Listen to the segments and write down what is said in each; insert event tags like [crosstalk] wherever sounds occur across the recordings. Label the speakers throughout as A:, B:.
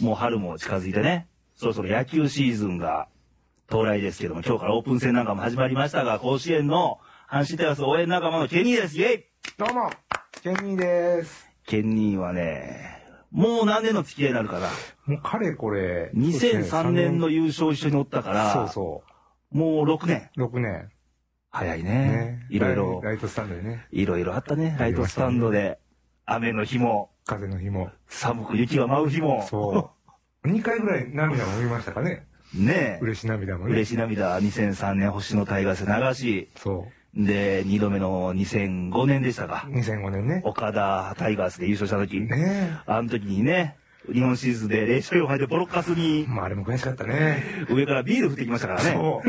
A: も春も近づいてね、そろそろ野球シーズンが到来ですけども、今日からオープン戦なんかも始まりましたが、甲子園の阪神タイガース応援仲間のケニーです。イェイ
B: どうも、ケニーです。
A: ケニーはね、もう何年の付き合いになるかな。
B: もうかれこれ、
A: 2003年の
B: そうで
A: 優勝一緒におったか
B: すね
A: ら、
B: そうそ
A: もう6年。
B: う、6年。
A: 早いね。
B: ね。
A: いろいろ、
B: ライトスタンドでね、
A: いろいろあったね。ライトスタンドで、雨の日も、
B: 風の日も。
A: 寒く雪が舞う日も、
B: そう。2回ぐらい涙も見ましたかね。
A: [laughs] ねえ、
B: 嬉し涙もね。
A: 嬉し涙、2003年星のタイガース流し、
B: そ
A: で、2度目の2005年でした
B: う。
A: か。
B: 2005年ね。
A: 岡田タイガースで優勝した時、
B: ね
A: あの時にね、日本シリーズンで0勝4敗でボロカスに
B: え。まああれも悔しかったね。
A: 上からビール降ってきましたからね。
B: そ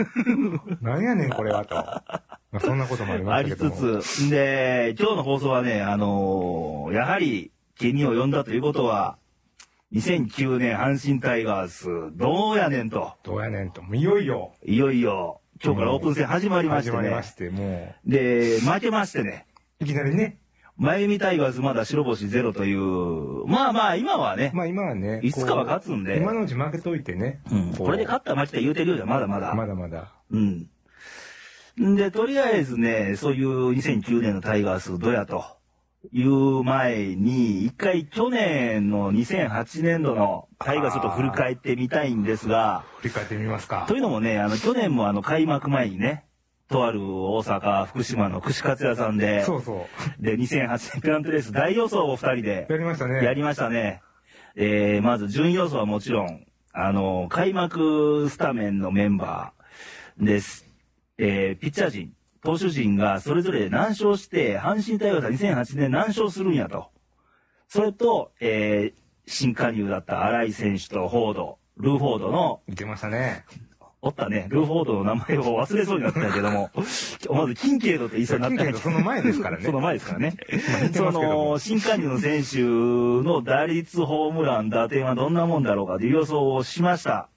B: う。なんやねんこれはと。まあそんなこともありま
A: あ
B: した
A: り
B: けど
A: つ
B: も。
A: つ、で、今日の放送はね、あのーやはり、ケニーを呼んだということは、2009年阪神タイガース、どうやねんと、
B: どうやねんと。もういよいよ。
A: いよいよ、今日からオープン戦始まりまし
B: 始
A: て
B: まりま
A: ね。
B: して、も
A: で、負けましてね、
B: う、いきなりね。
A: マユミタイガースまだ白星ゼロという、まあまあ今はね、
B: まあ今はね。
A: いつかは勝
B: つ
A: つんで、
B: 今のうち負けといてね。
A: うんこれで勝った負けた言うてるようじゃまだまだ。
B: まだまだ。
A: うん。んで、とりあえずね、そういう2009年のタイガースどやという前に、一回去年の2008年度のタイガースちょっと振り返ってみたいんですが、
B: 振り返ってみますか
A: と。いうのもね、あの、去年もあの、開幕前にね、とある大阪、福島の串カツ屋さんで、
B: そうそう。
A: で、2008年ペナントレース大予想を二人で
B: やりましたね。
A: やりましたね。えー、まず準予想はもちろん、あの、開幕スタメンのメンバーです。えー、ピッチャー陣、投手陣がそれぞれ何勝して、阪神タイガースは2008年何勝するんやと。それと、えー、新加入だった新井選手とフォード、ルーフォードの、
B: 言ってましたね。
A: おったね、ルーフォードの名前を忘れそうになったんやけど
B: [laughs]
A: も、まず、キンケードって言いそうになったんやけど
B: その前ですからね。
A: その前ですからね。
B: 似て
A: そ
B: ますけども
A: の、新加入の選手の打率、ホームラン、打点はどんなもんだろうかという予想をしました。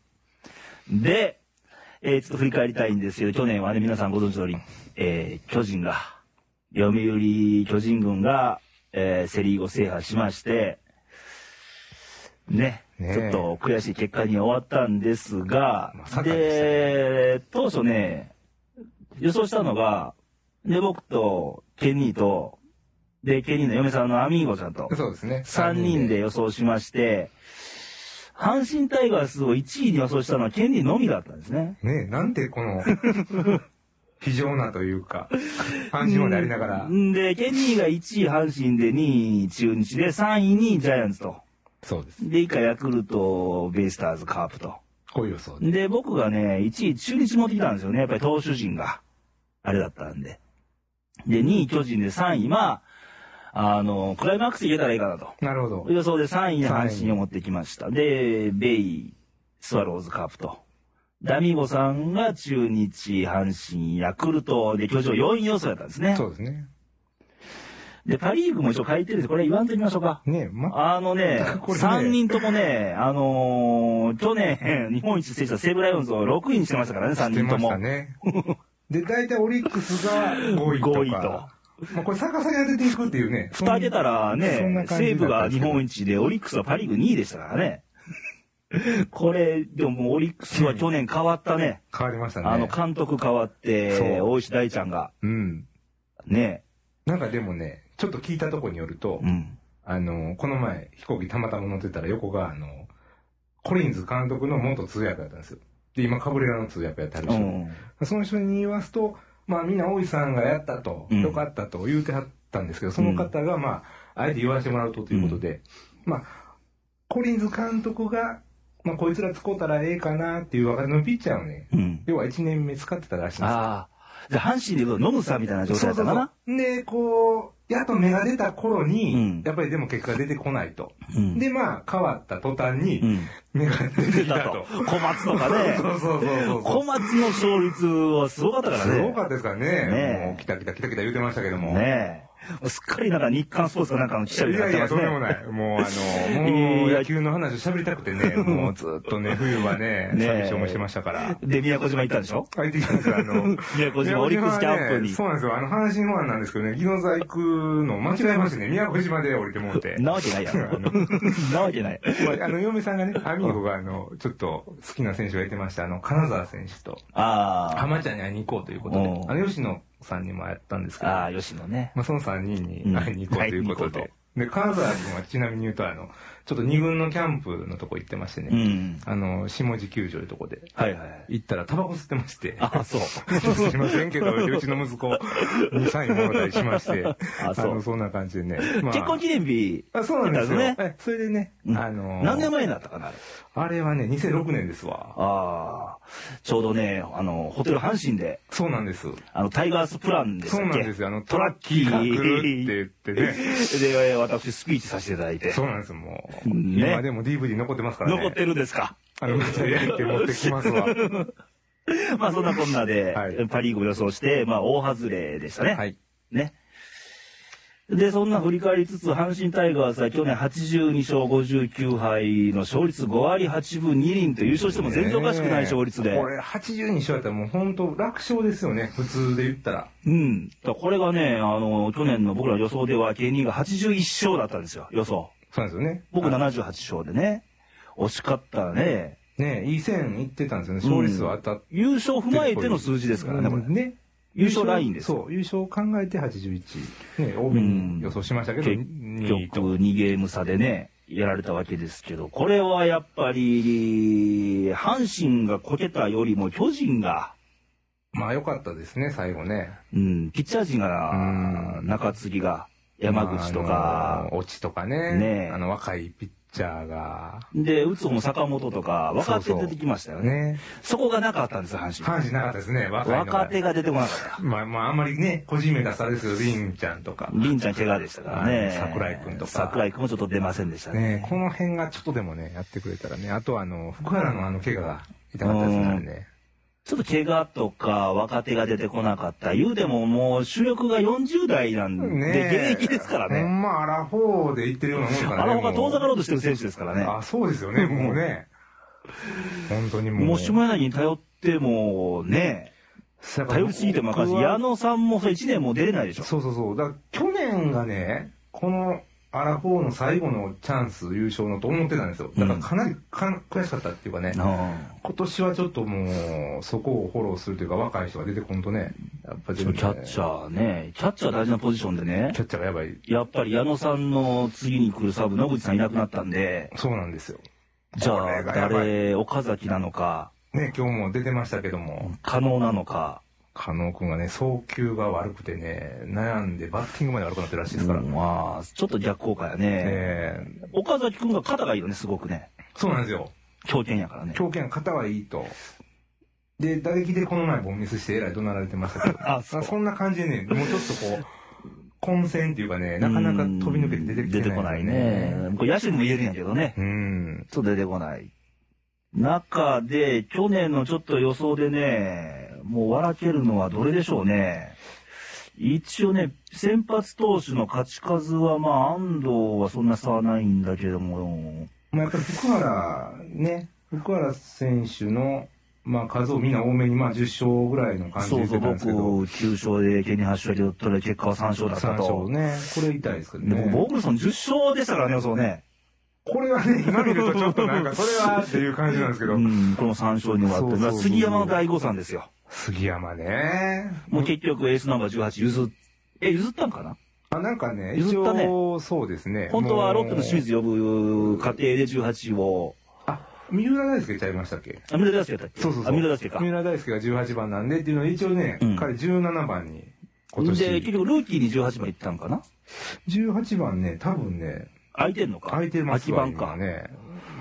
A: で、えーちょっと振り返りたいんですけど、去年はね、皆さんご存知の通り、えー巨人が、読売巨人軍が、えーセリーグを制覇しまして、ね、
B: ねえ
A: ちょっと悔しい結果に終わったんですが、
B: まさかでしたね
A: で、当初ね、予想したのが、で、僕と、ケニーと、で、ケニーの嫁さんのアミーゴちゃんと、
B: そうですね。
A: 3人で。予想しまして、阪神タイガースを1位に予想したのはケニーのみだったんですね。
B: ねえなんてこの、非常なというか、阪神までありながら。
A: んで、ケニーが1位阪神で2位中日で3位にジャイアンツと。
B: そうです。
A: で、以下ヤクルト、ベイスターズ、カープと。
B: こういう予想で。
A: で、僕がね、1位中日持ってきたんですよね。やっぱり投手陣が、あれだったんで。で、2位巨人で3位、まあ、あの、クライマックス入れたらいいかなと。
B: なるほど。
A: 予想で3位に
B: 三位
A: 阪神を持ってきました。で、ベイ、スワローズ、カープと。ダミゴさんが中日、阪神、ヤクルトで、巨人4位予想やったんですね。
B: そうですね。
A: で、パリーグも一応書いてるんで、これ言わんときましょうか。
B: ねえ、ま、
A: あのね、
B: [laughs] これね
A: 3人ともね、あのー去年、日本一制した西武ライオンズを6位にしてましたからね、3
B: 出
A: 人と
B: まし
A: も。
B: たね。で、大体オリックスが5位とか。
A: 5位と。
B: まあこれ逆さに当てていくっていうね。
A: 蓋開けたら
B: そんな
A: ね、
B: 感じだ
A: 西
B: った
A: 武が日本一で、オリックスはパリーグ2位でしたからね。これ、でももうオリックスは去年変わったね。
B: 変わりましたね。
A: あの、監督変わっ
B: そ
A: て、
B: う
A: 大石大ちゃんが、
B: うん。
A: ね、
B: なんかでもね、ちょっと聞いたとこによると、
A: うん。
B: あの、この前、飛行機たまたま乗ってたら横が、あの、コリンズ監督の元通訳だったんですよ。で、今、カブレラの通訳やったり
A: う
B: して、
A: ん。
B: その人に言わすと、まあ、みんな大井さんがやったと、
A: うん
B: よかったと言うてはったんですけど、その方が、まあ、あえて言わせてもらうとということで、まあ、コリンズ監督が、まあ、こいつら使うたらええかなっていう若手のピッチャーをね、
A: うん。
B: 要は1年目使ってたらしいんですよ。
A: ああ。じゃあ、阪神で言うと、ノムさんみたいな状態だったかな。
B: う。で、こう、やっと芽が出た頃に、
A: うん
B: やっぱりでも結果出てこないと。
A: うん
B: で、まあ、変わった途端
A: う
B: に、 [laughs]
A: ん。
B: 芽が出て
A: 出
B: きた
A: た
B: と
A: と。。小松とかね。
B: そうそうそうそう
A: 小松の勝率はすごかったからね。
B: すごかったですからね。
A: ねえ
B: もう、来た来た来た来た言うてましたけども。
A: ねえ。もうすっかりなんか日刊スポーツかなんかの記
B: い
A: 者みた
B: や
A: い
B: い
A: にな
B: や、
A: って
B: とん
A: ま
B: ですも
A: ね。
B: ない。もう、あの、も、
A: いうや
B: 野球の話を喋りたく
A: [laughs]
B: てね、もうずっとね、冬はね、
A: ねえ
B: 寂しい思いしてましたから。
A: で、宮古島行ったんでしょ
B: あ、行ってきたんですよあの、
A: 宮古島オリックスキャンプに
B: 宮古島はねそうなんですよ。あの、阪神ファンなんですけどね、宜野座行くの間違えましたね。宮古島で降りてもうて。
A: なわけないやろ
B: [laughs] あの
A: なわけない。
B: まあ、あの、嫁さんがね、アミーゴが、あの、ちょっと好きな選手がいてました、あの、金沢選手と、
A: あ
B: 浜ちゃんに会いに行こうということで
A: お、う
B: あの、吉野さんにもやったんです
A: あ。
B: けど、
A: ああ、吉野ね。
B: まあ、その3人に会いに行こうということ
A: うん会いに行
B: で、で、金沢君はちなみに言うと、あの、ちょっと2軍のキャンプのとこ行ってましてね、
A: うん。
B: あの、下地球場いうとこで、
A: はいはい。
B: 行ったらタバコ吸ってまして、
A: あ
B: [laughs]
A: あ、そう。
B: すいませんけど、うちの
A: [laughs]
B: 息子2歳にもらったりしまして、
A: あ
B: あ
A: そう
B: の、そんな感じでね。まあ
A: 結婚記念日、
B: あそうなんですよ。
A: だよね
B: えそれでね、
A: うん
B: あのー
A: 何年前になったかなあれ
B: あれはね、2006年ですわ。
A: ああ、ちょうどね、あの、ホテル阪神で、
B: そうなんです。
A: あの、タイガースプランでした
B: そ
A: っ
B: う
A: け
B: なんですよ。あの、トラッキーが来るって言ってね。
A: [laughs] で、えー私、スピーチさせていただいて。
B: そうなんですよ、もう。
A: ね
B: 今でも DVD 残ってますからね。
A: 残ってるんですか。
B: あの、また焼いて持ってきます
A: [laughs]
B: わ。
A: まあ、そんなこんなで、
B: はい
A: パ・リーグを予想して、まあ、大外れでしたね。
B: はい。
A: ね。で、そんな振り返りつつ、阪神タイガースは去年82勝59敗の勝率5割8分2厘と優勝しても全然おかしくない勝率
B: ねえ
A: で
B: こ。れ82勝やったらもう本当楽勝ですよね、普通で言ったら。
A: うん。だからこれがね、あの、去年の僕ら予想では芸人が81勝だったんですよ、予想。
B: そうなんですよね。
A: 僕
B: あ
A: 78勝でね。惜しかったね。
B: ねえ、いい線いってたんですよね。勝率は当たっ
A: 優勝踏まえての数字で
B: です
A: からね、これ。
B: ね。
A: 優勝ラインですよ
B: そう、優勝を考えて81。ね、OB に予想しましたけど、
A: 結
B: 2位と。
A: 局2ゲーム差でね、やられたわけですけど、これはやっぱり、阪神がこけたよりも巨人が、
B: まあ良かったですね、最後ね。
A: うん、ピッチャー陣が
B: う、ん
A: 中継ぎが、山口と
B: まああ
A: か、
B: の落ちとかね。
A: ねえ
B: あの、若いピッチャーが。
A: で、打つ方も坂本とか、若手出てきましたよね。
B: ね。
A: そこがなかったんですよ、阪
B: 阪神なかったですね、若い
A: 神。
B: のが
A: 若手。が出てこなかった。
B: まあまあ、あんまりね、個人名出さですけど、リンちゃんとか。
A: 凛ちゃん怪我でしたから
B: はい
A: ね。
B: 桜井君とか
A: 桜井君もちょっと出ませんでした
B: ね
A: ね。
B: この辺がちょっとでもね、やってくれたらね。あとはあの、福原のあの、怪我が痛かったですね、あれね。
A: ちょっと怪我とか若手が出てこなかった。言うてももう主力が40代なんで、
B: ねえ
A: 現役ですから
B: ほ
A: ね。
B: んまあ、アラフォーで言ってるようなもんかな。
A: あのほか
B: も
A: 遠
B: う
A: ざかろうとしてる選手ですからね。
B: あ、そうですよね、もうね。本当にもう。
A: もう下柳に頼ってもね、頼りすぎてもあかんし、
B: 僕は
A: 矢野さんもそれ1年も出れないでしょ。
B: そうそうそう。だから去年がね、このアラフォーの最後のチャンス優勝のと思ってたんですよ。だからかなりかん悔しかったっていうかね。
A: あ
B: 今年はちょっともう、そこをフォローするというか、若い人が出てこんとね、やっぱ
A: あキ
B: 全
A: ャ
B: 然
A: ッチャーね、キャッチャー大事なポジションでね
B: キ、ャッチャーがやばい。
A: やっぱり矢野さんの次に来るサーブ、野口さんいなくなったんで、
B: そうなんですよ。
A: じゃ
B: こ
A: あ
B: れがやばい
A: 誰、岡崎なのか、
B: ね、今日も出てましたけども、
A: 加納なのか、
B: 加納君がね、送球が悪くてね、悩んでバッティングまで悪くなってるらしいですから。
A: うん
B: ね
A: まあ、ちょっと逆効果やね。
B: え
A: 岡崎君が肩がいいよね、すごくね。
B: そうなんですよ。
A: 強肩やからね。。
B: 強肩肩はいいと。で、打撃でこの前ボンミスしてえらい怒鳴られてましたけど
A: [laughs] あ
B: そそんな感じでね、もうちょっとこう、混戦っていうかね、なかなか飛び抜けて出てきてな
A: 出
B: い、
A: てこないね。。これ野手にも言えるんやけどね。
B: うん。
A: ちょっと出てこない。中で、去年のちょっと予想でね、もう笑けるのはどれでしょうね。一応ね、先発投手の勝ち数は、まあ、安藤はそんな差はないんだけども、
B: まあやっぱり福原ね、福原選手の、まあ数をみんな多めに、まあ10勝ぐらいの感じ
A: そ
B: で
A: うそ
B: 出
A: う、
B: たんですけど。
A: 僕、9勝で、ケニー8勝で取ったら結果は3勝だった
B: 三
A: と
B: 勝。ね。これ痛いですけど
A: でも、
B: ね。
A: ボーグルソン10勝でしたからね、予想ね。
B: これはね、今見るとちょっと
A: [laughs]
B: なんか、それはっていう感じなんですけど
A: う。ん、この3勝に終わって、
B: そうそうそう
A: まあ杉山の第5さんですよ。
B: 杉山ね。
A: もう結局エースナンバー18譲っ、え、譲ったんかな
B: あなんかね、
A: 譲
B: 一
A: ったね
B: 応、そうですね。
A: 本当はロッテの清
B: 清水
A: 水呼ぶ過程で18を、
B: あ、三浦大輔ちゃいましたっけ
A: あ、三浦大輔やったっけ
B: そうそうそう。
A: あ、三浦大輔か。
B: 三浦大輔が18番なんでっていうのは一応ね、
A: うん
B: 彼17番に、今
A: で、結
B: 年。
A: 局ルーキーに18番行ったんかな
B: 18番ね、多分ね、
A: 空いてんのか
B: 空いてますわ
A: 空き番
B: 今
A: か。
B: ね。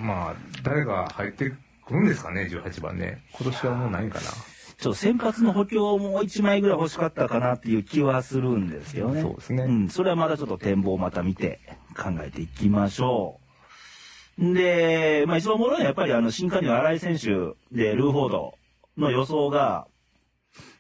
B: まあ、誰が入ってくるんですかね、18番ね。今年はもうないんか
A: ちょっと先発の補強をもう1枚ぐらい欲しかったかなっていう気はするんですよ
B: な。
A: ね。
B: そうですね。
A: うん、それはまだちょっと展望をまた見て考えていきましょう。で、まあ一番おもろいのはやっぱりあの新加入新井選手でルーフォードの予想が、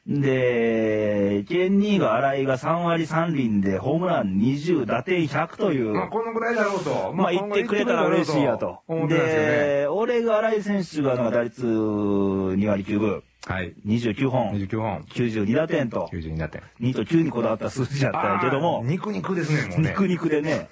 A: で、ケンニーが新井が3割3厘でホームラン20、打点100という、
B: まあ、このぐらいだろうと。
A: まあ言ってくれたら嬉しいやと。
B: 思ってたんですよね。
A: で、俺が新井選手がなんか打率2割9分。
B: はい。
A: 29本、
B: 29本、
A: 92打点と、
B: 92打点。
A: 2と9にこだわった数字だったんやけども
B: あー、肉肉ですね、もうね。
A: 肉肉でね。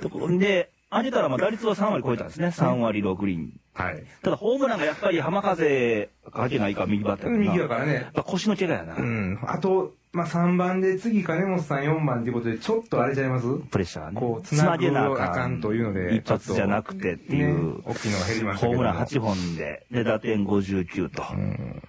A: とこで、上げたらまあ打率は3割超えたんですね。3割6厘。
B: はい。
A: ただホームランがやっぱり浜風かけないか右バッターやな
B: 右やから
A: や
B: ね
A: っ。ぱ腰の怪我やな。
B: うん。あと、まあ、3番で、次、金本さん4番っていうことで、ちょっと荒れちゃいます
A: プレッシャーね。
B: こう、つなげなあかんというので、
A: 一発じゃなくてって
B: ね
A: いう。
B: 大きいのが減りまし
A: ホー
B: たけど
A: ム
B: も
A: ラン8本で、で、打点59と。
B: うん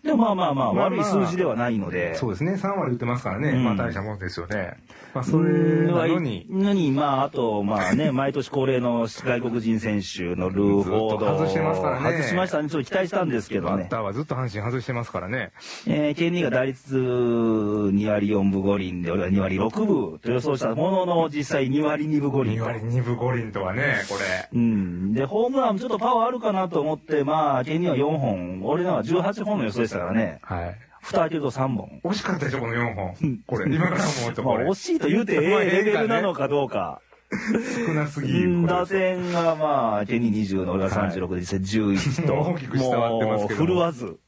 A: でもまあまあまあ、
B: まあ
A: 悪い数字ではないので。
B: そうですね、3割打ってますからね、
A: うん
B: まあ大したもんですよね。まあそれなのに、
A: のに、まあ、あと、まあ
B: [laughs]
A: ね、毎年恒例の外国人選手のルーフォード
B: ずっと外してますからね
A: 外しましたね。ちょっと期待したんですけど
B: バ
A: ね
B: ッ。ターはずっと阪神外してますからね。
A: えー、KD が打率2割4分5厘で、俺は2割6分と予想したものの、実際2割2分5厘
B: 2
A: と。
B: 割2分5厘とはね、これ。
A: うん。で、ホームランもちょっとパワーあるかなと思って、まあ、ケニーは4本、俺らは18本の予想でしたからね。
B: はい。
A: 蓋開けると3本。
B: 惜しかったでしょ、この4本。これ、今から思う
A: [laughs]
B: と
A: まあ、
B: これ
A: 惜、しいと言うてええレベルなのかどうか。
B: 少なすぎ
A: うん
B: る。これ
A: 打線がまあ、ケニー20の俺が36で、実際11と。
B: [laughs] 大きく下回ってますけど
A: もう振るわず。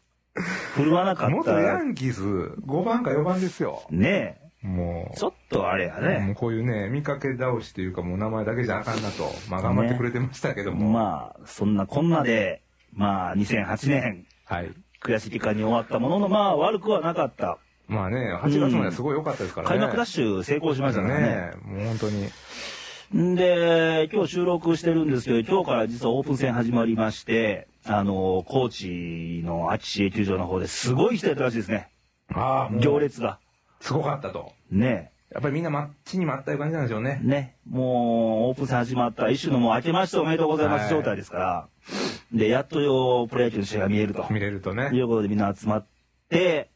A: 振るわなかっ
B: 元ヤ
A: た。
B: ンキース、5番か4番ですよ。
A: ね
B: も
A: え。
B: う。
A: ちょっとあれや
B: もう
A: ね。
B: こういうね、見かけ倒しというか、もう名前だけじゃあかんなと、まあ頑張ってくれてましたけども、
A: まあ、そんなこんなで、まあ、2008年、
B: はい。
A: 悔しい結果に終わったものの、まあ、悪くはなかった。
B: まあね、8月まですごい良かったですからね。
A: 開幕ダッシュ成功しましたからね。
B: もう本当に。
A: んで、今日収録してるんですけど、今日から実はオープン戦始まりまして、あの、高知の秋市営球場の方ですごい人やったらしいですね。
B: ああ、
A: 行。列が。
B: すごかったと。
A: ね
B: やっぱりみんな待ちに待ったいう感じなんでしょうね。
A: ね。もう、オープン戦始まった、一種のもう明けましておめでとうございま
B: は
A: す
B: い
A: 状態ですから、で、やっとよ、プロ野球の試合が見えると。
B: 見れると
A: い
B: ね。
A: うことでみんな集まって、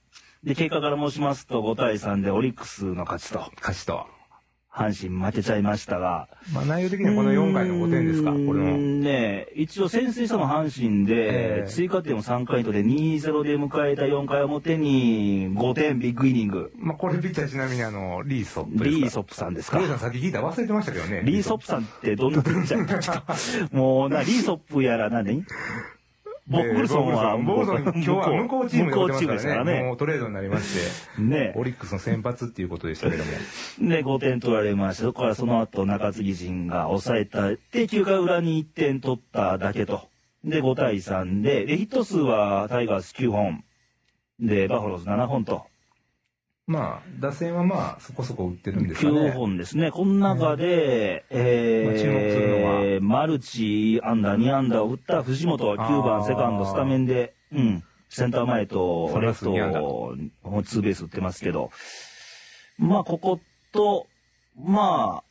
A: で、結果から申しますと5対3でオリックスの勝ちと、
B: 勝ちと。
A: 阪神負けちゃいましたが、
B: まあ内容的にはこの4回の5点ですか、
A: う
B: こ
A: ーん
B: れも。
A: ねえ一応先制したのは阪神で、
B: ええ
A: 追加点を3回とで2-0で迎えた4回表に5点ビッグイニング。
B: まあこれピッチャーちなみにあの、リーソップですか。
A: リーソップさんですか
B: リー。さんさっき聞いたら忘れてましたけどね。
A: リーソップさんってどんなピッチャーちょっともうな、リーソップやら何ボックルソンは、
B: ボクルソン、今日は向こうチームで
A: 向
B: 打
A: こうチ
B: て
A: ーム
B: ま
A: ですす
B: か
A: から
B: らね。も
A: ね。
B: うトレードになりまして。
A: ねえ
B: オリックスの先発っていうことでしたけども。
A: で、5点取られました。そこからその後、中継ぎ陣が抑えた。で、9回裏に1点取っただけと。で、5対3で、で、ヒット数はタイガース9本。で、バファローズ7本と。
B: まあ、打線はまあ、そこそこ打ってるんですか
A: 9
B: ね。
A: 本ですね。この中で、え
B: まあ注目す
A: ー
B: る
A: マルチアンダー、2アンダーを打った藤本は9
B: あ
A: 番
B: ー
A: セカンドスタメンで、うん、センター前と
B: そう
A: レ
B: で
A: フ
B: す
A: ト
B: 二安打
A: をツーベース打ってますけど、まあ、ここと、ま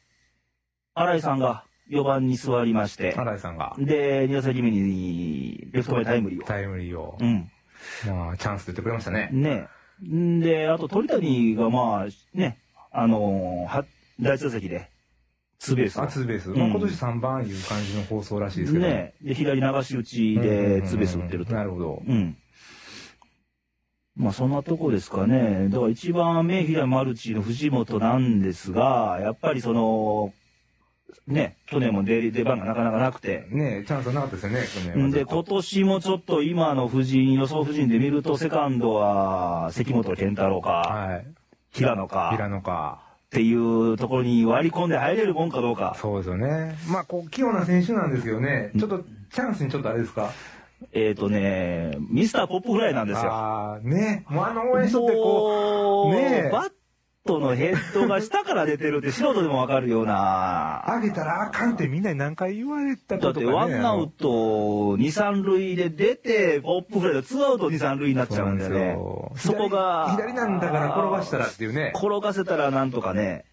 A: あ、新井さんが4番に座りまして、
B: 新井さんが
A: で、2打席目にレフト前タイムリーを。
B: タイムリーを
A: う、ん。
B: まあ、チャンスで言ってくれましたね。
A: ねんで、あと鳥谷がまあ、ね、あのーは、第一打席で、ツーベースを。
B: あ、ツーベース。
A: うん
B: まあ、今年3番いう感じの放送らしいですけど。
A: ねで、左流し打ちでツーベース打ってると。
B: なるほど。
A: うん。まあ、そんなとこですかね。だから一番目、左マルチの藤本なんですが、やっぱりその、ね、去年も出出番がなかなかなくて。
B: ねチャンスはなかったですよね、去年
A: ん
B: は。
A: で、今年もちょっと今の布陣、予想布陣で見ると、セカンドは関本健太郎か、
B: はい。
A: 平野か、
B: 平野か。
A: っていうところに割り込んで入れるもんかどうか。
B: そうですよね。まあ、こう、器用な選手なんですけどね、ちょっと、チャンスにちょっとあれですか。
A: えっ、とね、ミスターポップフライなんですよ。
B: ああ、ねもうあの応援しとって、こ
A: もう
B: ねえ
A: バットのヘッドが下から出てるって素人でもわかるよう
B: う、
A: な。
B: 上げたらあかんってみんなに何回言われた
A: だ
B: こ
A: っ
B: と
A: て
B: かね。
A: ワンアウト二三塁で出て、ポップフライでツーアウト二三塁になっちゃうんだよね。そこが
B: 左左なんだから転がしたらっていうね
A: 転がせたらなんとかね、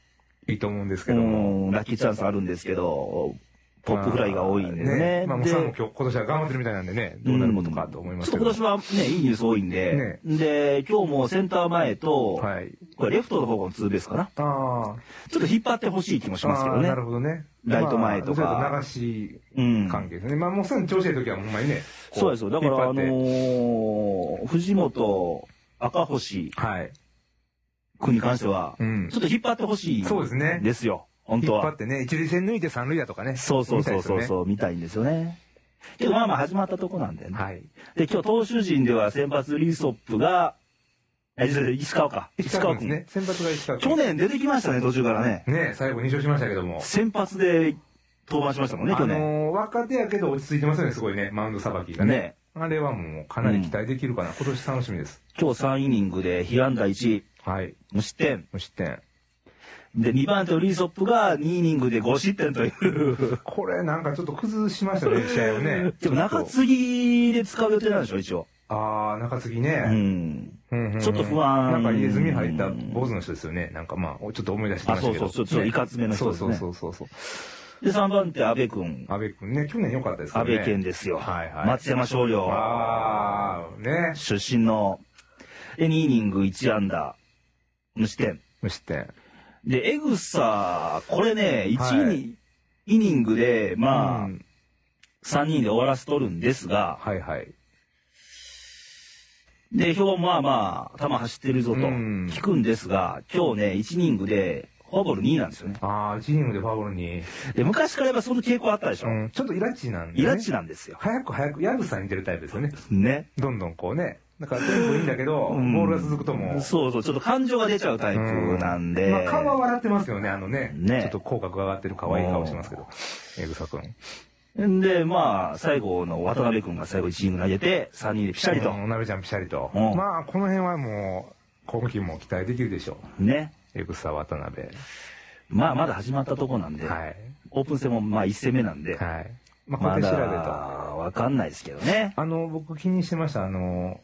B: いいと思うんです
A: う
B: けども、
A: ん、ラッキーチャンスあるんですけど、ポップフライが多いんで
B: まあ
A: ね。
B: まあ、もう
A: で
B: さんも今日、今年は頑張ってるみたいなんでね、どうなることかと思います
A: ちょ
B: け
A: っと
B: ど。
A: 今年はね、いいニュース多いんで、で、今日もセンター前と、
B: はい。
A: これレフトの方のツーベースかな。
B: あー
A: ちょっと引っ張ってほしい気もしますけ
B: あ
A: ど
B: ー、
A: ね
B: な。るほどね。
A: ライト前とか
B: まあちょっと流し
A: うん。
B: 関係ですね。まあ、もうすぐ調子いい時はほんまにね。こ
A: そうですよ。だから、あ
B: 引っ張
A: の
B: って
A: ー藤本、赤星
B: はい。
A: 君に関しては、
B: うん
A: ちょっと引っ張ってほしい。
B: そうですね
A: ですよ。本
B: 引っ
A: 当
B: 張
A: は
B: っ。てね、一塁線抜いて三塁だとかね。
A: そうそう
B: みたい
A: そう
B: ですよ
A: そう
B: ね
A: そう、見たいんですよね。けどまあまあ始まったとこなんだよね。
B: はい。
A: で、今日投手陣では先発リソップが、え、それ石川か。
B: 石
A: 石
B: 川
A: 川
B: 君
A: 君。
B: ですね。先発が石川君。
A: 去年出てきましたね、途中からね。
B: ね、最後2勝しましたけども。
A: 先発で登板しましたもんね、
B: あ
A: 去年。
B: のー、若手やけど落ち着いてますよね、すごいね。マウンドさばきがね。
A: ね。
B: あれはもうかなり期待できるかな。今年楽しみです。
A: 今日3イニングで被安打1、
B: はい。
A: 無失点。
B: 無失点。
A: で、2番手のリーソップが2イニングで5失点という。
B: これなんかちょっと崩しまし
A: [laughs]
B: たね、試合をね。
A: でも中継ぎで使う予定なんでしょ、一応。
B: ああ、中継ぎ
A: う
B: ね。
A: ん。
B: うんうんうん
A: ちょっと不安
B: なんか入れ墨入った坊主の人ですよね。なんかまあ、ちょっと思い出してましたけど。
A: あそうそうそうちょっといかつめの人ですね
B: そうそうそうそうそう。
A: で、3番手、安倍君。
B: 安倍くんね、去年良かったですか
A: 安
B: らね。
A: 倍健ですよ。
B: はいはい
A: 松山商業。
B: ああ、ね。
A: 出身の、で、2イニング1安打、無失点。
B: 無失点。
A: で、エグサ、これね、1イニ,、
B: は
A: イニングで、まあ、
B: うん
A: 3人で終わらせとるんですが、
B: はいはい。
A: で、今日まあまあ、球走ってるぞと
B: うん
A: 聞くんですが、今日ね、1イニングで、フォアボール2なんですよね。
B: ああ、1イニングでファボールに、
A: で、昔からやっぱその傾向あったでしょ。
B: うん、ちょっとイラッチなんで、
A: イ
B: ね。
A: ラチなんですよ。
B: 早く早く、矢口さんに似てるタイプですよね。
A: ね。
B: どんどんこうね。だからテンポいいんだけど、
A: うん
B: ボールが続くともう。
A: そうそう、ちょっと感情が出ちゃうタイプなんで。
B: まあ、顔は笑ってますよね、あのね。
A: ね
B: ちょっと口角が上がってる可愛い顔してますけど。エグサ君。
A: んで、まあ、最後の渡辺君が最後1イニング投げて、3人でピシャリと。
B: うんお鍋ちゃんピシャリと。
A: うん
B: まあ、この辺はもう、今季も期待できるでしょ
A: ね。
B: う。エグサ渡辺。は
A: まあ、まだ始まったとこなんで、
B: い。
A: オープン戦もまあ1戦目なんで、
B: はい。まあ、
A: ま
B: 小手調べ
A: だ
B: と。
A: わかんないですけどね。
B: あの、僕気にしてました。あの、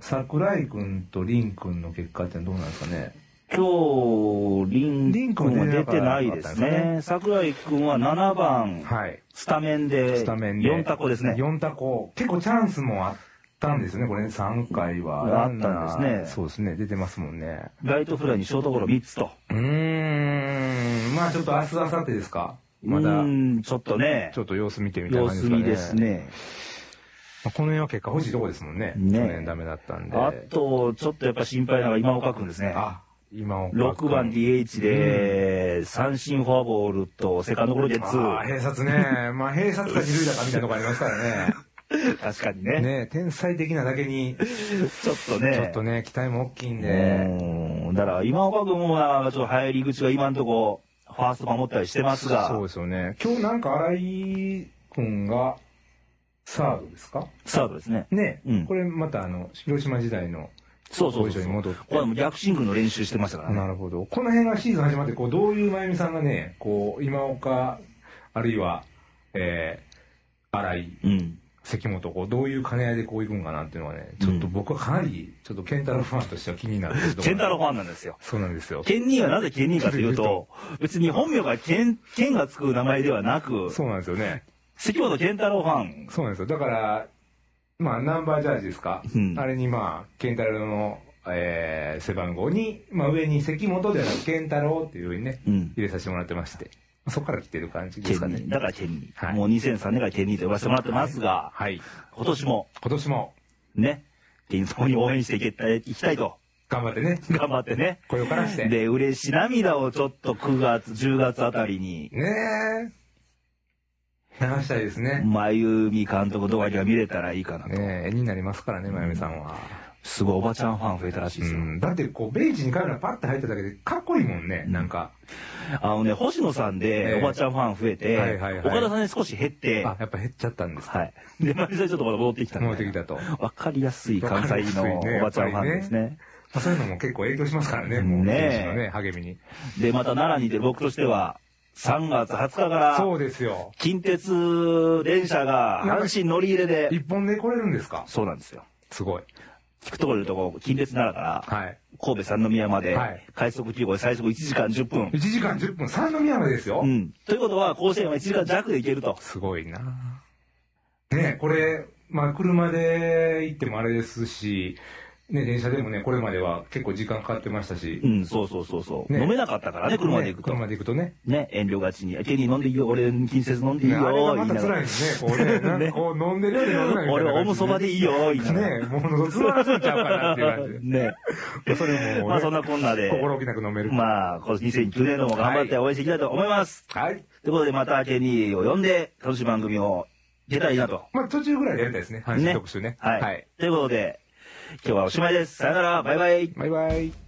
B: 桜井君と凛君の結果ってどうなんですかね。
A: 今日、リ
B: リン
A: ン
B: 君
A: 君
B: も
A: は
B: 出
A: 出
B: て
A: て
B: な
A: ないい
B: で
A: ですす
B: ね
A: ね。桜井君は7番、
B: はい。
A: スタメンで、
B: スタメンで。
A: 4タコですね。
B: 4タコ。結構チャンスもあったんですね、これね。3回は。
A: あったんですね
B: そうですね。出てますもんね。
A: ライトフライにショートゴロ3つと。
B: うーん。まあちょっと明日、明後日ですか。ま
A: う
B: だ、
A: ーんちょっとね
B: ち、ょっと様子見てみたい
A: 様
B: な感
A: 子
B: じですかね。
A: 見ですね。
B: まあこの辺は結果欲しいとこですもんね。
A: ね
B: 去年ダメだったんで。
A: あと、ちょっとやっぱ心配なのが今岡君ですね。
B: あ、今岡君
A: 6番 DH で、三振フォアボールと、セカンドゴロで
B: ああ、
A: 2。
B: 閉殺ね。まあ、閉殺か二塁だかみたいなとこありますからね。
A: 確かにね。
B: ね天才的なだけに、
A: ちょっとね。
B: ちょっとね、期待も大きいんで。
A: ね。だから、今岡君は、ちょっと入り口が今んとこ、ファースト守ったりしてます
B: そう
A: が、
B: ですよね。今日なんか荒井くんが、サードですか
A: サードですね。
B: ね、
A: うん
B: これまたあの、広島時代の、
A: そうそう
B: ポジ
A: そう。
B: ションに戻って
A: これはもう逆シングルの練習してましたからね。
B: なるほど。この辺がシーズン始まって、こう、どういうまゆみさんがね、こう、今岡、あるいは、えー、荒井、
A: うん。
B: 関本、こう、どういう兼ね合いでこう行くんかなっていうのはね、ちょっと僕はかなり、ちょっとケンタロウファンとしては気になってるところ
A: ケンタロウファンなんですよ。
B: そうなんですよ。
A: ケンニーはなぜケンニーかというと、別に本名がケン、ケンがつく名前ではなく、
B: そうなんですよね。
A: 関本ケンタロウファン、
B: そうなんですよ。だから、まあ、ナンバージャージですか、
A: うん
B: あれにまあ、ケンタロウの、えー背番号に、まあ、上に関本ではなく、ケンタロウっていうようにね、
A: うん
B: 入れさせてもらってまして、そこから来てる感じで
A: ケ
B: すか
A: ン
B: ね
A: ニ。ー。だからケンニー。
B: はい
A: もう2003年からケンニーと呼ばせてもらってますが、
B: はい。
A: 今年も、
B: 今年も、
A: ね、健康に応援していけたい、いきたいと、
B: [laughs] 頑張ってね、
A: 頑張ってね。
B: 声をからして。ね
A: で、嬉し涙をちょっと9月、10月あたりに、
B: え流したいですね。
A: 真由美監督とかが見れたらいいかなと。
B: ねえ絵になりますからね、まゆみさんは。
A: すごいおばちゃんファン増えたらしいですよ。
B: うんだって、こう、ベンチにカメラパッて入っただけで、かっこいいもんね、なんか。
A: あのね、星野さん
B: え
A: で
B: え
A: おばちゃんファン増えて、
B: はいはいはい
A: 岡田さんに少し減って、
B: あ、やっぱ減っちゃったんですか。
A: はい。で、真由美さんちょっとまだ戻ってきたんで
B: 戻ってきたと。
A: わかりやすい関西の
B: わかりやすいね
A: おばちゃんファンですね。
B: まあ、そういうのも結構影響しますからね、もう、
A: ねえ
B: 選手のね、励みに。
A: で、また奈良にいて僕としては、3月20日から、
B: そうですよ。
A: 近鉄電車が阪神乗り入れで、
B: 一本で来れるんですか
A: そうなんですよ。
B: すごい。
A: 聞くところで言うとこう、近鉄奈良から、
B: はい。
A: 神戸三宮まで
B: はい、
A: 快速9号で最速1時間10分。
B: 1時間10分、三宮までですよ。
A: うん。ということは、甲子園は1時間弱で行けると。
B: すごいなねえこれ、まあ、車で行ってもあれですし、ね、電車でもね、これまでは結構時間かかってましたし
A: う。ん、そうそうそうそう。
B: ね
A: 飲めなかったからね、車で行くと。ね
B: ね車で行くとね。
A: 遠慮がちに。ケニー飲んでいいよ、俺、近接飲んでいい
B: ね
A: よ、
B: あれがま
A: 言い
B: た
A: な
B: 辛い
A: が
B: ですね。こうね、なんかこう飲んでるより飲んでない
A: ら。
B: みたい
A: 俺
B: な
A: はおむそば
B: 感
A: でいいよ、言い
B: じ
A: な
B: で。
A: がら。
B: [laughs] ねもう喉つまらせちゃうかなっていう感じ
A: [laughs] ね。
B: で。それも、
A: まあそんなこんなで、
B: 心置きなく飲める。
A: まあ、今年2009年度も頑張って応援していきたいと思います。
B: はい。
A: ということで、またケニーを呼んで、楽しい番組を出たいなと。
B: まあ途中ぐらいでやりたいですね。阪神特集ね。
A: はい。ということで、今日はおしまいです。さよなら、バイバイ。
B: バイバイ。